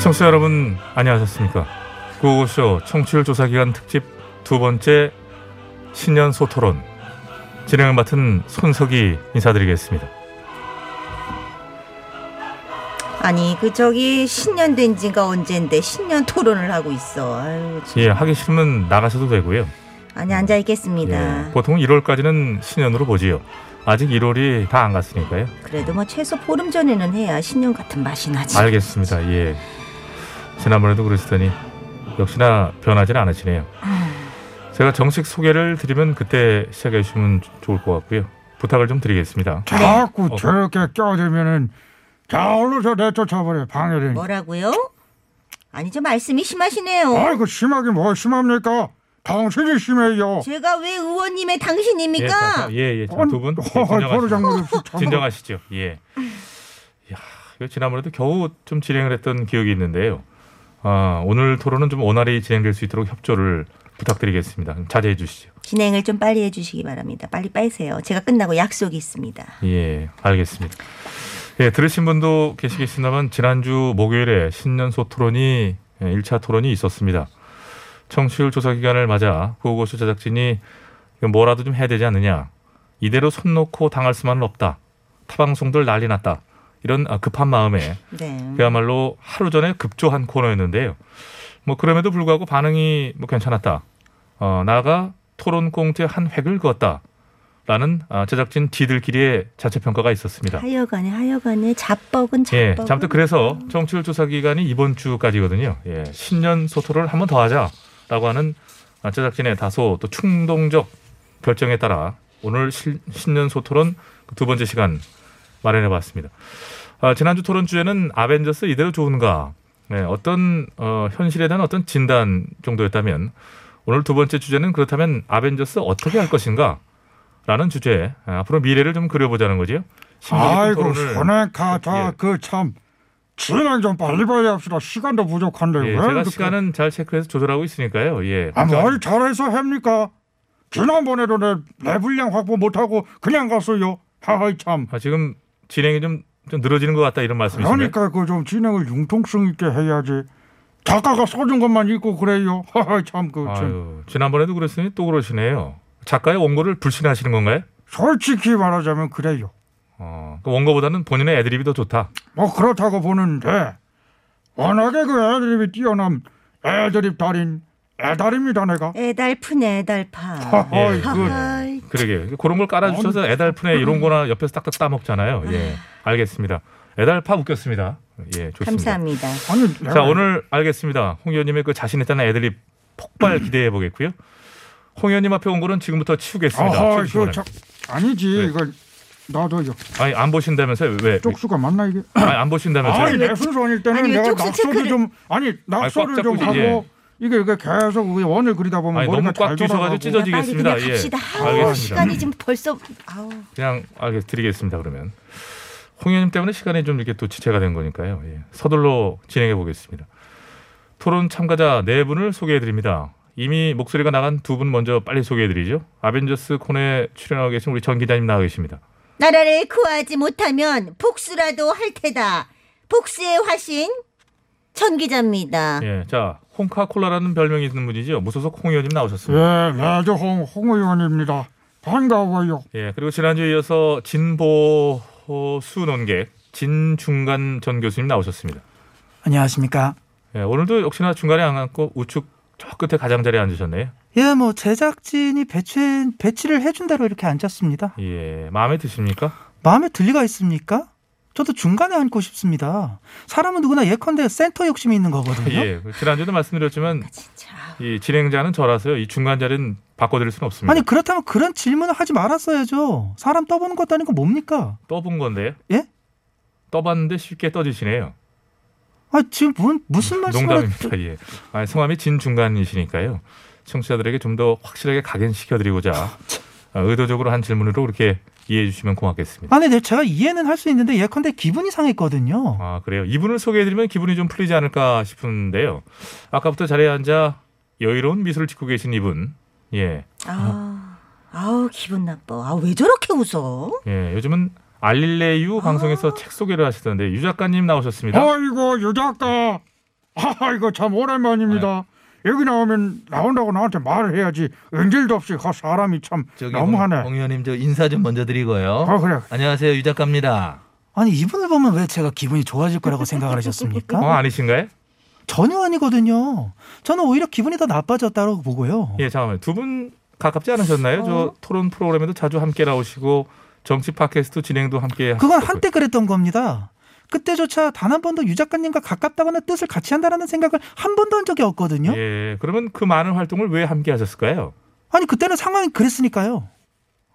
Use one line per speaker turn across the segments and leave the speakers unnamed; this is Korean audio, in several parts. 청취자 여러분 안녕하셨습니까? 구호쇼 청취율 조사 기간 특집 두 번째 신년 소토론 진행을 맡은 손석희 인사드리겠습니다.
아니 그 저기 신년 된 지가 언젠데 신년 토론을 하고 있어. 아유, 참.
예, 하기 싫으면 나가셔도 되고요.
아니 앉아 있겠습니다.
예, 보통 1월까지는 신년으로 보지요. 아직 1월이 다 안 갔으니까요.
그래도 뭐 최소 보름 전에는 해야 신년 같은 맛이 나지.
알겠습니다. 예. 지난번에도 그러시더니 역시나 변하진 않으시네요. 제가 정식 소개를 드리면 그때 시작해 주시면 좋을 것 같고요. 부탁을 좀 드리겠습니다.
자꾸
어.
저렇게 껴들면은 자울로 저 내쫓아버려 방해를.
뭐라고요? 아니 저 말씀이 심하시네요.
아이고 심하게 뭐 심합니까? 당신이 심해요.
제가 왜 의원님의
어? 예,
당신입니까?
자, 예, 예. 자, 두 분. 예,
허
진정하시죠.
어, 장군 없이 참.
진정하시죠. 예. 야, 이거 지난번에도 겨우 좀 진행을 했던 기억이 있는데요. 아, 오늘 토론은 좀 원활히 진행될 수 있도록 협조를 부탁드리겠습니다. 자제해 주시죠.
진행을 좀 빨리 해주시기 바랍니다. 빨리 빠이세요. 제가 끝나고 약속이 있습니다.
예, 알겠습니다. 예, 들으신 분도 계시겠습니다만 지난주 목요일에 신년소 토론이 예, 1차 토론이 있었습니다. 청취율 조사 기간을 맞아 구호고쇼 제작진이 이거 뭐라도 좀 해야 되지 않느냐. 이대로 손 놓고 당할 수만은 없다. 타방송들 난리 났다. 이런 아, 급한 마음에
네.
그야말로 하루 전에 급조한 코너였는데요. 뭐 그럼에도 불구하고 반응이 뭐 괜찮았다. 어, 나가 토론 꽁트의 한 획을 그었다. 라는 아, 제작진 D들끼리의 자체 평가가 있었습니다.
하여간에 하여간에 자뻑은
그렇죠. 예,
자뻑.
아무튼 그래서 정치율 조사 기간이 이번 주까지거든요. 예, 신년 소토를 한 번 더 하자라고 하는 아, 제작진의 다소 또 충동적 결정에 따라 오늘 실- 신년 소토론 그두 번째 시간 마련해봤습니다. 아, 지난주 토론 주제는 아벤져스 이대로 좋은가? 네, 어떤 어, 현실에 대한 어떤 진단 정도였다면 오늘 두 번째 주제는 그렇다면 아벤져스 어떻게 할 것인가? 라는 주제 아, 앞으로 미래를 좀 그려보자는 거지요. 심도 깊은
아이고 그
토론을
손해카
예.
자그참 진행 좀 빨리 빨리 합시다. 시간도 부족한데 왜
예, 제가
이렇게-
시간은 잘 체크해서 조절하고 있으니까요. 예.
아,
걱정-
뭘 잘해서 합니까? 지난번에도 내, 내 분량 확보 못하고 그냥 갔어요. 하하이 참.
아, 지금 진행이 좀, 좀 늘어지는 것 같다 이런 말씀이신가요?
그러니까 그 좀 진행을 융통성 있게 해야지. 작가가 써준 것만 읽고 그래요. 하하 참 그. 참.
아유, 지난번에도 그랬으니 또 그러시네요. 작가의 원고를 불신하시는 건가요?
솔직히 말하자면 그래요.
어, 그 원고보다는 본인의 애드립이 더 좋다.
뭐 그렇다고 보는데 워낙에 그 애드립이 뛰어남 애드립 달인 애달입니다 내가.
애달픈 애달파.
하하이
예.
그.
하하이.
그러게요. 그런 걸 깔아주셔서 애달픈에 이런 거나 옆에서 딱딱 따먹잖아요. 예. 알겠습니다. 애달파 웃겼습니다. 예, 좋습니다.
감사합니다.
아니 내가
자 오늘 알겠습니다. 홍 의원님의 그 자신있다는 애들이 폭발 기대해 보겠고요. 홍 의원님 앞에 온 거는 지금부터 치우겠습니다. 네.
아하
치우시기
그
바랍니다.
참, 아니지
왜?
이거 나도요.
아니 안 보신다면서요? 왜?
쪽수가 맞나 이게?
아니, 네, 안 보신다면서요?
아니 내 순서일 때는
아니, 왜
내가
쪽수
낙서를
체크를-
좀 아니
꽉
낙서를
잡고
좀
이제,
하고
예.
이게 이게 계속 우리 원을 그리다 보면
아니,
머리가
너무 꽉
잘
뒤져가지고
돌아가고.
찢어지- 찢어지겠습니다.
빨리 그냥
예.
갑시다. 아우,
알겠습니다.
시간이 지금 벌써 아우.
그냥 알겠 드리겠습니다. 그러면 홍 의원님 때문에 시간이 좀 이렇게 또 지체가 된 거니까요. 예. 서둘러 진행해 보겠습니다. 토론 참가자 네 분을 소개해 드립니다. 이미 목소리가 나간 두 분 먼저 빨리 소개해 드리죠. 아벤져스 콘에 출연하고 계신 우리 전 기자님 나와 계십니다.
나라를 구하지 못하면 복수라도 할 테다. 복수의 화신 천 기자입니다.
예, 자 홍카콜라라는 별명이 있는 분이죠. 무소속 홍 의원님 나오셨습니다.
예, 나조홍 홍 의원입니다. 반가워요.
예, 그리고 지난주에 이어서 진보 어, 수논객 진중간 전 교수님 나오셨습니다.
안녕하십니까.
예, 오늘도 역시나 중간에 안 앉고 우측 저 끝에 가장자리에 앉으셨네요.
예, 뭐 제작진이 배치 배치를 해준 대로 이렇게 앉았습니다.
예, 마음에 드십니까?
마음에 들리가 있습니까? 저도 중간에 앉고 싶습니다. 사람은 누구나 예컨대 센터 욕심이 있는 거거든요. 아,
예, 지난주도 말씀드렸지만
진짜.
이 진행자는 저라서요. 이 중간 자리는 바꿔드릴 수는 없습니다.
아니 그렇다면 그런 질문을 하지 말았어야죠. 사람 떠보는 것도 아니고 뭡니까?
떠본 건데.
예?
떠봤는데 쉽게 떠지시네요.
아 지금 뭔 무슨 말씀을
농담입니다. 예. 아니, 성함이 진중간이시니까요. 청취자들에게 좀 더 확실하게 각인시켜드리고자 아, 의도적으로 한 질문으로 그렇게 이해해 주시면 고맙겠습니다.
아니 네, 제가 이해는 할 수 있는데 예컨대 기분이 상했거든요.
아 그래요. 이분을 소개해드리면 기분이 좀 풀리지 않을까 싶은데요. 아까부터 자리에 앉아 여유로운 미소를 짓고 계신 이분. 예,
아, 아우 기분 나빠. 아왜 저렇게 웃어?
예. 요즘은 알릴레유
아.
방송에서 책 소개를 하시던데 유 작가님 나오셨습니다.
어?
아이고 유 작가. 아이고 참 오랜만입니다.
네.
여기 나오면 나온다고 나한테 말을 해야지. 은질도 없이 그 사람이 참 너무하네.
홍 의원님 저 인사 좀 먼저 드리고요.
아 그래.
안녕하세요 유 작가입니다.
아니 이분을 보면 왜 제가 기분이 좋아질 거라고
어
생각을 하셨습니까?
아니신가요?
전혀 아니거든요. 저는 오히려 기분이 더 나빠졌다고 보고요.
예, 잠깐만요. 두 분 가깝지 않으셨나요?
어?
저 토론 프로그램에도 자주 함께 나오시고 정치 팟캐스트 진행도 함께
그건
하셨고요.
한때 그랬던 겁니다. 그때조차 단 한 번도 유 작가님과 가깝다거나 뜻을 같이 한다라는 생각을 한 번도 한 적이 없거든요.
예, 그러면 그 많은 활동을 왜 함께 하셨을까요?
아니 그때는 상황이 그랬으니까요.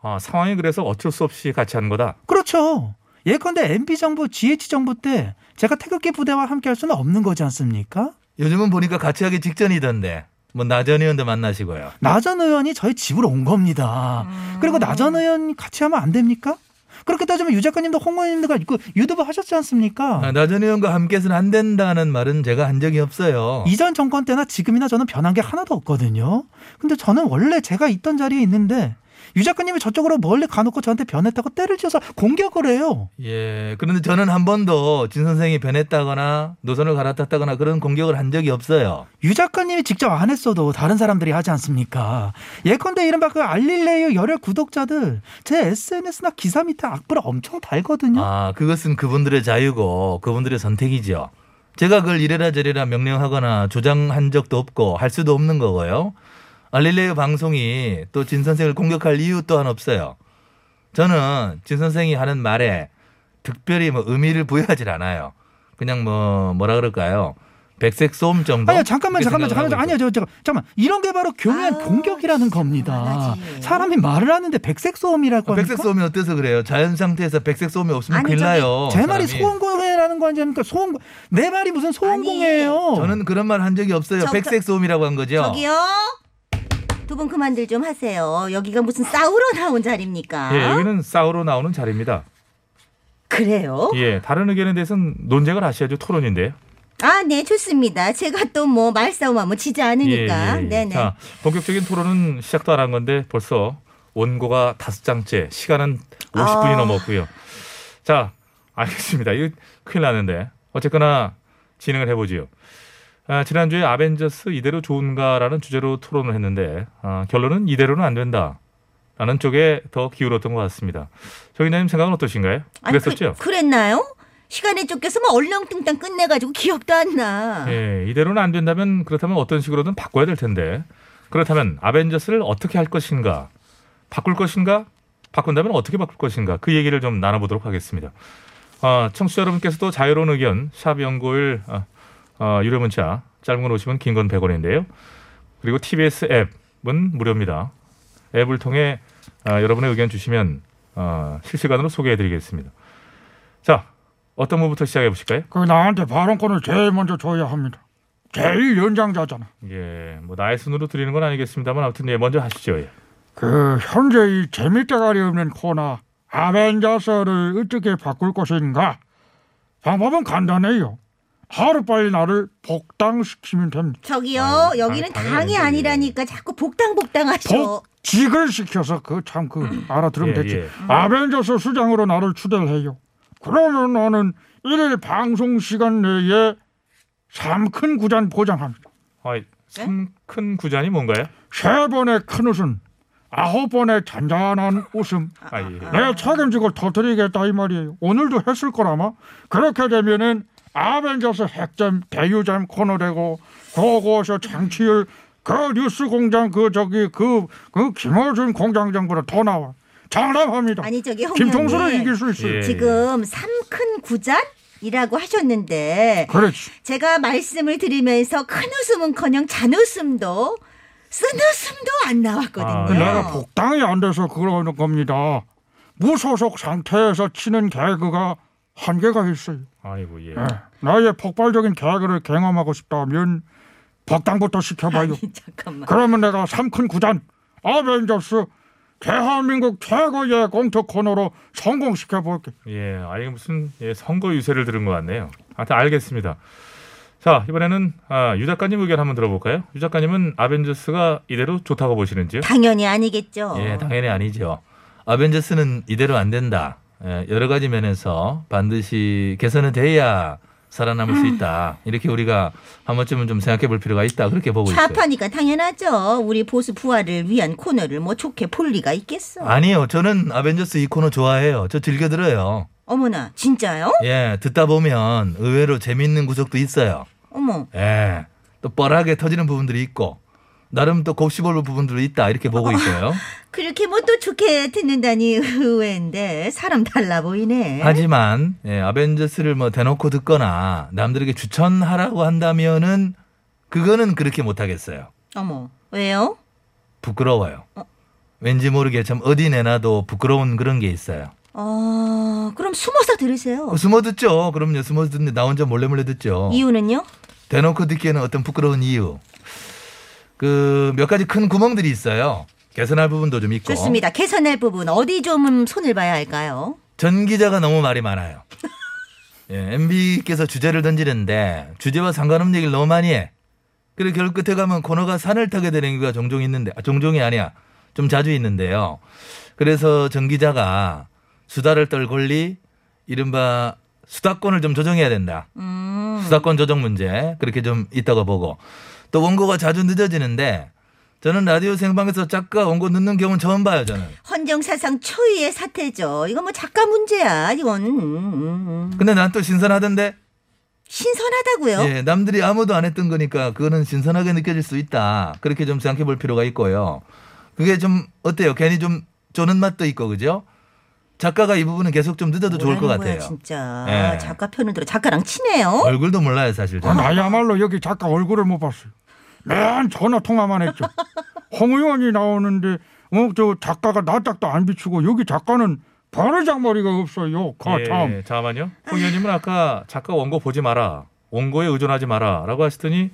아, 상황이 그래서 어쩔 수 없이 같이 하는 거다.
그렇죠. 예컨대 MB 정부, GH 정부 때 제가 태극기 부대와 함께 할 수는 없는 거지 않습니까?
요즘은 보니까 같이 하기 직전이던데 뭐 나전 의원도 만나시고요.
나전 의원이 저희 집으로 온 겁니다.
음.
음.
그리고 나전 의원 같이 하면 안 됩니까? 그렇게 따지면 유 작가님도 홍 의원님도 있고 유튜브 하셨지 않습니까?
아, 나전 의원과 함께해서는 안 된다는 말은 제가 한 적이 없어요.
이전 정권 때나 지금이나 저는 변한 게 하나도 없거든요. 근데 저는 원래 제가 있던 자리에 있는데 유 작가님이 저쪽으로 멀리 가놓고 저한테 변했다고 때를 쳐서 공격을 해요.
예, 그런데 저는 한 번도 진 선생이 변했다거나 노선을 갈아탔다거나 그런 공격을 한 적이 없어요.
유 작가님이 직접 안 했어도 다른 사람들이 하지 않습니까? 예컨대 이른바 그 알릴레유 열혈 구독자들 제 SNS나 기사 밑에 악플을 엄청 달거든요.
아, 그것은 그분들의 자유고 그분들의 선택이죠. 제가 그걸 이래라 저래라 명령하거나 조장한 적도 없고 할 수도 없는 거고요. 알릴레이 방송이 또 진 선생을 공격할 이유 또한 없어요. 저는 진 선생이 하는 말에 특별히 뭐 의미를 부여하질 않아요. 그냥 뭐 뭐라 그럴까요? 백색 소음 정도.
아니요 잠깐만
그렇게
잠깐만
생각을
잠깐만 아니요
하고
저, 저, 잠깐만 이런 게 바로 교묘한
아,
공격이라는 겁니다.
그만하지.
사람이 말을 하는데 백색 소음이라고
있어요.
하니까
아, 백색 소음이 어때서 그래요? 자연 상태에서 백색 소음이 없으면
아니,
큰일
저기
어,
나요.
제 말이
사람이.
소음공해라는 거 아닙니까? 소음 내 말이 무슨 소음공해예요?
저는 그런 말 한 적이 없어요.
저- 저-
백색 소음이라고 한 거죠.
저기요. 두 분 그만들 좀 하세요. 여기가 무슨 싸우러 나온 자리입니까?
예, 여기는 싸우러 나오는 자리입니다.
그래요?
예, 다른 의견에 대해서는 논쟁을 하셔야죠. 토론인데요.
아, 네, 좋습니다. 제가 또 뭐 말싸움하면 지지 않으니까.
예, 예, 예.
그러니까. 네네.
자, 본격적인 토론은 시작도 안 한 건데 벌써 원고가 다섯 장째, 시간은 50분이
아.
넘었고요. 자, 알겠습니다. 이거 큰일 났는데. 어쨌거나 진행을 해보지요. 아, 지난주에 아벤져스 이대로 좋은가라는 주제로 토론을 했는데 아, 결론은 이대로는 안 된다. 라는 쪽에 더 기울었던 것 같습니다. 정인님 생각은 어떠신가요?
아니,
그랬었죠?
그, 랬나요 시간에 쫓겨서 막 얼렁뚱땅 끝내가지고 기억도 안 나.
예, 이대로는 안 된다면 그렇다면 어떤 식으로든 바꿔야 될 텐데 그렇다면 아벤져스를 어떻게 할 것인가 바꿀 것인가 바꾼다면 어떻게 바꿀 것인가 그 얘기를 좀 나눠보도록 하겠습니다. 아, 청취자 여러분께서도 자유로운 의견 샵 연구일 아, 아, 유료 문자 짧은 건 50원 긴 건 100원인데요. 그리고 TBS 앱은 무료입니다. 앱을 통해 아, 여러분의 의견 주시면 아, 실시간으로 소개해드리겠습니다. 자 어떤 분부터 시작해 보실까요?
그 나한테 발언권을 제일 먼저 줘야 합니다. 제일 연장자잖아.
예, 뭐 나의 순으로 드리는 건 아니겠습니다만 아무튼 예, 먼저 하시죠. 예.
그 현재 이 재밀대가리 없는 코너 아벤져스를 어떻게 바꿀 것인가? 방법은 간단해요. 하루빨리 나를 복당시키면 됩니다.
저기요,
아유,
여기는
당-
당이
당연히
아니라니까 자꾸 복당복당 하셔.
복직을 시켜서 그 참 그 알아들으면
예,
됐지.
예.
아벤져스 수장으로 나를 추대를 해요. 그러면 나는 일일 방송 시간 내에 삼큰 구잔 보장합니다.
아, 참큰 구잔이 뭔가요?
세 번의 큰 웃음, 아홉 번의 잔잔한 웃음.
아, 예.
내가 책임지고 터뜨리겠다 이 말이에요. 오늘도 했을 거라마. 그렇게 되면은 아벤져스 핵잼 대유잼 코너되고 고고쇼 장치율 그 뉴스 공장 그 저기 그 그 김어준 공장장보다 더 나와. 장담합니다.
아니 저기 홍
김종수를
의원님,
이길 수 있어요.
예.
지금 삼큰 구잔이라고 하셨는데
그렇지.
제가 말씀을 드리면서 큰 웃음은커녕 잔웃음도 쓴웃음도 안
아,
나왔거든요.
내가 복당이 안 돼서 그러는 겁니다. 무소속 상태에서 치는 개그가 한계가 있어요.
아이고 예.
예. 나의 폭발적인 개그를 경험하고 싶다면 복당부터 시켜봐요.
아니, 잠깐만.
그러면 내가 삼큰 구단 아벤져스 대한민국 최고의 공터 코너로 성공시켜 볼게.
예, 아 이게 무슨 예, 선거 유세를 들은 것 같네요. 하여튼 알겠습니다. 자 이번에는 아, 유 작가님 의견 한번 들어볼까요? 유 작가님은 아벤져스가 이대로 좋다고 보시는지요?
당연히 아니겠죠.
예, 당연히 아니죠. 아벤져스는 이대로 안 된다. 예, 여러 가지 면에서 반드시 개선은 돼야 살아남을 수 있다. 이렇게 우리가 한 번쯤은 좀 생각해 볼 필요가 있다. 그렇게 보고 있어요.
좌파니까 당연하죠. 우리 보수 부활을 위한 코너를 뭐 좋게 볼 리가 있겠어.
아니요, 저는 아벤져스 이 코너 좋아해요. 저 즐겨 들어요.
어머나 진짜요?
예, 듣다 보면 의외로 재밌는 구석도 있어요.
어머
예, 또 뻔하게 터지는 부분들이 있고 나름 또 곱씹어볼 부분들도 있다. 이렇게 보고 있어요.
그렇게 뭐 또 좋게 듣는다니 의외인데 사람 달라 보이네.
하지만 예, 아벤져스를 뭐 대놓고 듣거나 남들에게 추천하라고 한다면은 그거는 그렇게 못하겠어요.
어머 왜요?
부끄러워요. 왠지 모르게 참 어디 내놔도 부끄러운 그런 게 있어요.
어 그럼 숨어서 들으세요.
어, 숨어 듣죠. 그럼요. 숨어 듣는데 나 혼자 몰래 몰래 듣죠.
이유는요?
대놓고 듣기에는 어떤 부끄러운 이유. 그 몇 가지 큰 구멍들이 있어요. 개선할 부분도 좀 있고.
좋습니다. 개선할 부분 어디 좀 손을 봐야 할까요?
전 기자가 너무 말이 많아요. 예, MB께서 주제를 던지는데 주제와 상관없는 얘기를 너무 많이 해. 그래 결국 끝에 가면 코너가 산을 타게 되는 경우가 종종 있는데 아, 종종이 아니야. 좀 자주 있는데요. 그래서 전 기자가 수다를 떨 권리 이른바 수다권을 좀 조정해야 된다. 수사권 조정 문제 그렇게 좀 있다고 보고 또 원고가 자주 늦어지는데 저는 라디오 생방에서 작가 원고 늦는 경우는 처음 봐요 저는
헌정 사상 초유의 사태죠. 이거 뭐 작가 문제야. 이건 음, 음.
근데 난 또 신선하던데
신선하다고요.
예, 남들이 아무도 안 했던 거니까 그러니까 그거는 신선하게 느껴질 수 있다 그렇게 좀 생각해 볼 필요가 있고요 그게 좀 어때요 괜히 좀 쪼는 맛도 있고 그죠 작가가 이 부분은 계속 좀 늦어도 좋을 것
뭐라는 거야,
같아요
진짜
예.
작가 편을 들어 작가랑 친해요.
얼굴도 몰라요 사실 저는
아, 나야말로 여기 작가 얼굴을 못 봤어요. 맨 전화 통화만 했죠. 홍 의원이 나오는데 어 저 작가가 낯짝도 안 비추고 여기 작가는 바르장머리가 없어요. 가 참.
예, 잠깐만요. 홍 의원님은 아까 작가 원고 보지 마라, 원고에 의존하지 마라라고 하시더니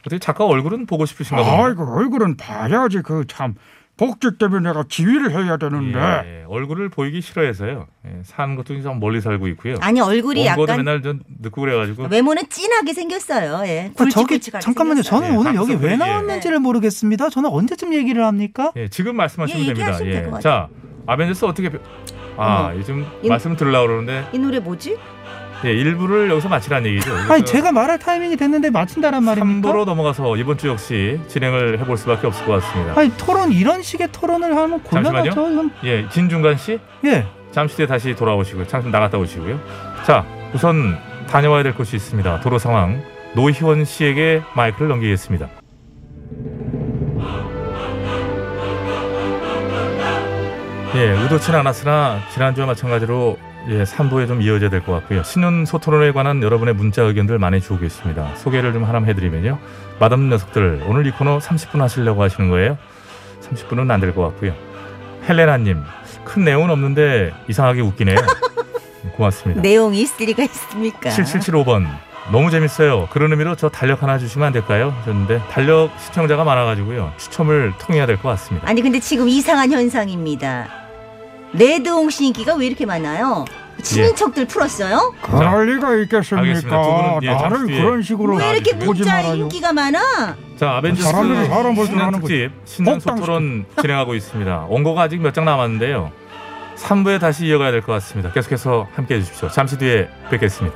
어떻게 작가 얼굴은 보고 싶으신가 보네요.
아이고 얼굴은 봐야지 그 참. 복직 때문에 내가 지휘를 해야 되는데
예, 얼굴을 보이기 싫어해서요. 예, 사는 것도 좀 멀리 살고 있고요.
아니 얼굴이
원고도
약간
맨날 좀 늦고 그래가지고
외모는 진하게 생겼어요. 예.
아, 저기
굵직굵직하게
잠깐만요.
생겼어요. 네.
저는 오늘 여기 왜
예.
나왔는지를 모르겠습니다. 저는 언제쯤 얘기를 합니까?
예, 지금 말씀하시면
예,
됩니다.
얘기하시면 될것
예.
같아요.
자, 아벤져스 어떻게 배- 아, 요즘
이-
말씀 들으려고 그러는데
이 노래 뭐지?
예, 일부를 여기서 마치라는 얘기죠.
아니 제가 말할 타이밍이 됐는데 마친다란 말입니까?
3부로 넘어가서 이번 주 역시 진행을 해볼 수밖에 없을 것 같습니다.
아니 토론 이런 식의 토론을 하면 곤란하죠. 이건-
예, 진중관 씨
예.
잠시 뒤에 다시 돌아오시고요. 잠시 나갔다 오시고요. 자, 우선 다녀와야 될 곳이 있습니다. 도로 상황 노희원 씨에게 마이크를 넘기겠습니다. 예, 의도치는 않았으나 지난주와 마찬가지로 예, 3부에 좀 이어져야 될 것 같고요. 신년 소토론에 관한 여러분의 문자 의견들 많이 주고 계십니다. 소개를 좀 하나 해드리면요. 마담 녀석들, 오늘 이 코너 30분 하시려고 하시는 거예요? 30분은 안 될 것 같고요. 헬레나님, 큰 내용은 없는데 이상하게 웃기네요. 고맙습니다.
내용이 있을 리가 있습니까?
7775번 너무 재밌어요. 그런 의미로 저 달력 하나 주시면 안 될까요? 하셨는데 달력 시청자가 많아가지고요. 추첨을 통해야 될 것 같습니다.
아니 근데 지금 이상한 현상입니다. 레드홍시 인기가 왜 이렇게 많아요?
예.
친인척들 풀었어요?
그럴 리가 있겠습니까?
알겠습니다. 두 분은, 예,
나를
잠시 뒤에
그런 식으로
왜 이렇게
보지
문자
말아요.
인기가 많아?
자 아벤져스
사람들이 사람 볼줄
신년
아는
특집 신년
복당
소토론 진행하고 있습니다. 원고가 아직 몇 장 남았는데요. 3부에 다시 이어가야 될 것 같습니다. 계속해서 함께해 주십시오. 잠시 뒤에 뵙겠습니다.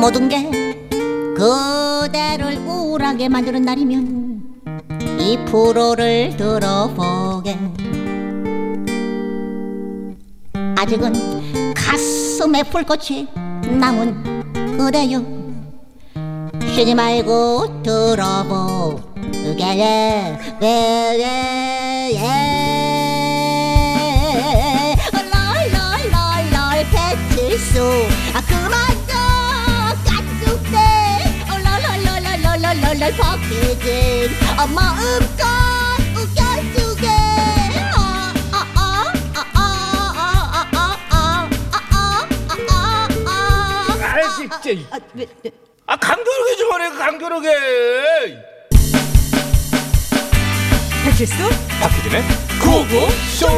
모든 게 그대 노래 만드는 날이면 이 프로를 들어보게 아직은 가슴에 풀꽃이 남은 그대요 쉬지 말고 들어보게 예예예 롤롤롤롤 배칠수 아 그만 둬 깐죽대 롤롤롤롤롤롤롤 버킷진 어 마음껏 웃겨주게 아이씨
아, 왜, 왜,
아 강조르게 좀 하래 강조르게
배칠수?
박희진의 구호구쇼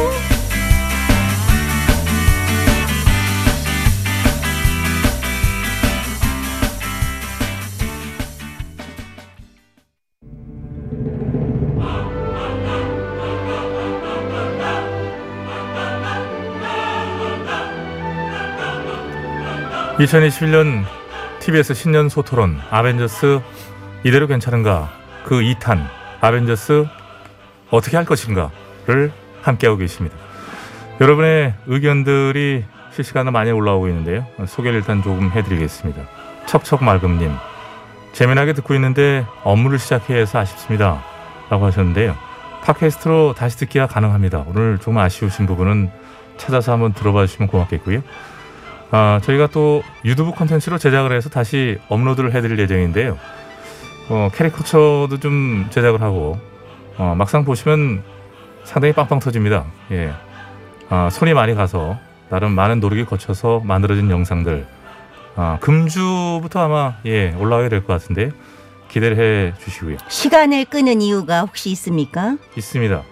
이 2021년 TBS 신년 소토론 아벤져스 이대로 괜찮은가 그 2탄 아벤져스 어떻게 할 것인가를 함께하고 계십니다. 여러분의 의견들이 실시간으로 많이 올라오고 있는데요. 소개를 일단 조금 해드리겠습니다. 척척말금님 재미나게 듣고 있는데 업무를 시작해야 해서 아쉽습니다. 라고 하셨는데요. 팟캐스트로 다시 듣기가 가능합니다. 오늘 좀 아쉬우신 부분은 찾아서 한번 들어봐 주시면 고맙겠고요. 아, 저희가 또 유튜브 콘텐츠로 제작을 해서 다시 업로드를 해드릴 예정인데요. 어, 캐리커처도 좀 제작을 하고 어, 막상 보시면 상당히 빵빵 터집니다. 예. 아, 손이 많이 가서 나름 많은 노력이 거쳐서 만들어진 영상들 아, 금주부터 아마 예, 올라오게 될 것 같은데 기대를 해 주시고요.
시간을 끄는 이유가 혹시 있습니까?
있습니다.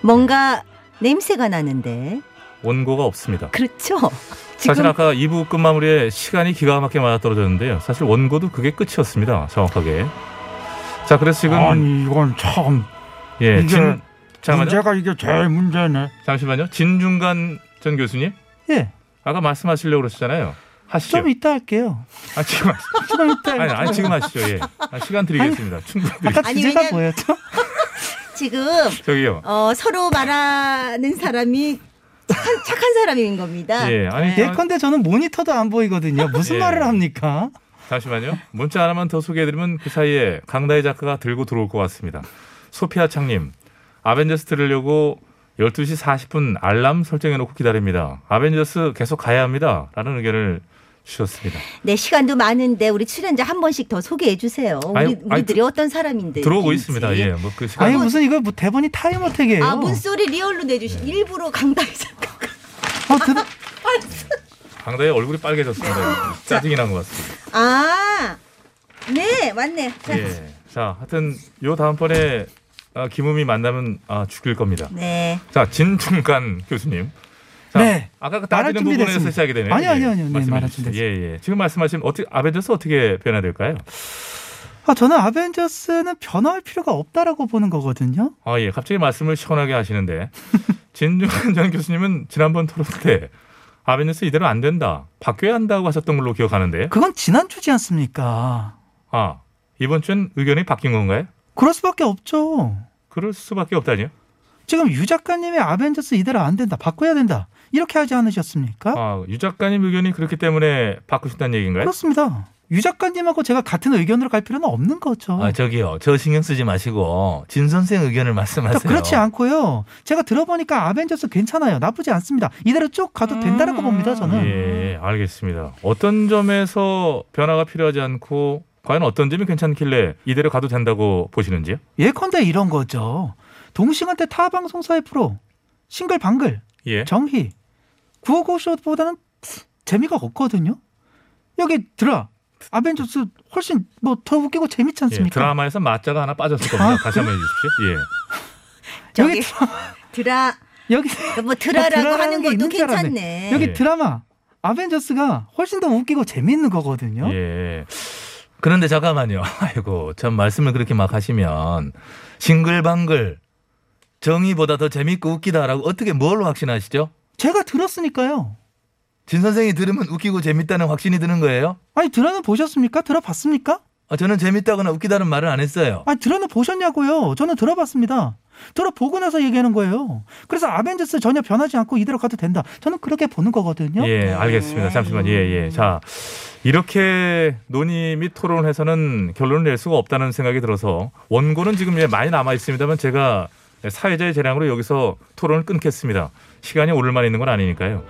뭔가 냄새가 나는데.
원고가 없습니다.
그렇죠?
사실 아까 2부 끝마무리에 시간이 기가 막히게 맞아떨어졌는데요. 사실 원고도 그게 끝이었습니다. 정확하게. 자, 그래서 지금
아니 이건 참
예,
이게
진, 잠깐만요.
문제가 이게 제일 문제네.
잠시만요. 진중간 전 교수님.
예.
아까 말씀하시려고 그러셨잖아요. 하시죠.
좀 이따 할게요.
아, 지금 하시-
좀 이따.
아니, 아니 지금 하시죠. 예. 아, 시간 드리겠습니다. 충분히 드리...
아까
아니,
주제가
왜냐면-
뭐였죠?
지금
저기요.
어, 서로 말하는 사람이 착한, 착한 사람인 겁니다.
예. 아니
네.
아,
예컨대 저는 모니터도 안 보이거든요. 무슨
예.
말을 합니까?
잠시만요. 문자 하나만 더 소개해드리면 그 사이에 강다희 작가가 들고 들어올 것 같습니다. 소피아 창님, 아벤져스 들으려고 12시 40분 알람 설정해놓고 기다립니다. 아벤져스 계속 가야 합니다. 라는 의견을 주셨습니다.
네, 시간도 많은데 우리 출연자 한 번씩 더 소개해 주세요. 우리,
아니, 아니,
우리들이 어떤 사람인데.
들어오고
이렇게
있습니다.
있지?
예, 뭐 그 시간.
아니 무슨 이거 뭐 대본이 타임어택이에요.
아, 문소리 리얼로
네.
내주신 일부러 강다희 작가가.
어, 대단-
강다희 얼굴이 빨개졌습니다. 짜증이 난 것 같습니다.
아, 네, 맞네. 자,
예. 자, 하여튼 요 다음번에 아, 김우미 만나면 아, 죽일 겁니다.
네.
자, 진중간 교수님. 자,
네.
아까 그
말할
따지는
준비됐습니다.
부분에서 시작이 되네요. 예,
아니요, 아니요, 아니요. 네,
말씀해
말할
주시죠.
준비됐습니다.
예, 예. 지금 말씀하시면 어떻게 아벤져스 어떻게 변화될까요?
아, 저는 아벤져스는 변화할 필요가 없다라고 보는 거거든요.
아, 예. 갑자기 말씀을 시원하게 하시는데 진중한 전 교수님은 지난번 토론 때 아벤져스 이대로 안 된다. 바뀌어야 한다고 하셨던 걸로 기억하는데.
그건 지난주지 않습니까?
아, 이번 주엔 의견이 바뀐 건가요?
그럴 수밖에 없죠.
그럴 수밖에 없다니요.
지금 유 작가님이 아벤져스 이대로 안 된다. 바꿔야 된다. 이렇게 하지 않으셨습니까?
네?
아, 유 작가님 의견이 그렇기 때문에 바꾸신다는 얘기인가요?
어? 그렇죠. 그렇습니다. 유 작가님하고 제가 같은 의견으로 갈 필요는 없는 거죠.
아 저기요 저 신경 쓰지 마시고 진 선생 의견을 말씀하세요
그러니까 그렇지 않고요. 제가 들어보니까 아벤져스 괜찮아요. 나쁘지 않습니다. 이대로 쭉 가도 된다라고 봅니다. 저는.
예, 알겠습니다. 어떤 점에서 변화가 필요하지 않고 과연 어떤 점이 괜찮길래 이대로 가도 된다고 보시는지요?
예컨대 이런 거죠. 동시간대 타 방송사의 프로 싱글방글
예.
정희 구호고쇼보다는 재미가 없거든요. 여기 들어 아벤져스 훨씬 뭐 더 웃기고 재밌지
예,
않습니까?
드라마에서 맞자가 하나 빠졌을 겁니다.
아,
다시 한번 해주십시오. 예.
여기
저기 드라,
여기
뭐 드라라고
드라라는
하는
게
것도
있는 줄 알았네.
괜찮네.
여기
예.
드라마 아벤져스가 훨씬 더 웃기고 재밌는 거거든요.
예.
그런데 잠깐만요 아이고 참 말씀을 그렇게 막 하시면 싱글방글 정의보다 더 재밌고 웃기다라고 어떻게 뭘로 확신하시죠?
제가 들었으니까요.
진 선생이 들으면 웃기고 재밌다는 확신이 드는 거예요?
아니 드라는 보셨습니까? 들어봤습니까?
아, 저는 재밌다거나 웃기다는 말을 안 했어요.
아니 들어는 보셨냐고요? 저는 들어봤습니다. 들어보고 나서 얘기하는 거예요. 그래서 아벤져스 전혀 변하지 않고 이대로 가도 된다. 저는 그렇게 보는 거거든요.
예, 알겠습니다. 잠시만. 예, 예. 자, 이렇게 논의 및 토론해서는 결론을 낼 수가 없다는 생각이 들어서 원고는 지금 이제 많이 남아 있습니다만 제가 사회자의 재량으로 여기서 토론을 끊겠습니다. 시간이 오늘만 있는 건 아니니까요.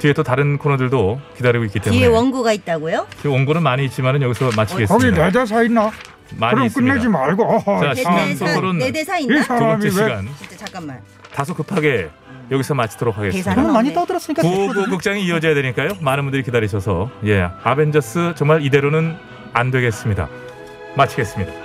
뒤에 또 다른 코너들도 기다리고 있기 때문에
뒤에 원고가 있다고요?
지금 원고는 많이 있지만은 여기서
거기 네
마치겠습니다.
내대사 있나?
많이
그럼
있습니다.
끝내지 말고.
자,
어허,
시간
참.
또 소설은
내 네, 대사
이
있나?
두 번째
사람이 왜
시간
진짜 잠깐만.
다소 급하게 여기서 마치도록 하겠습니다.
대사는
저는 많이
나오네.
떠들었으니까
구호구 국장이 이어져야 되니까요. 많은 분들이 기다리셔서 예 아벤져스 정말 이대로는 안 되겠습니다. 마치겠습니다.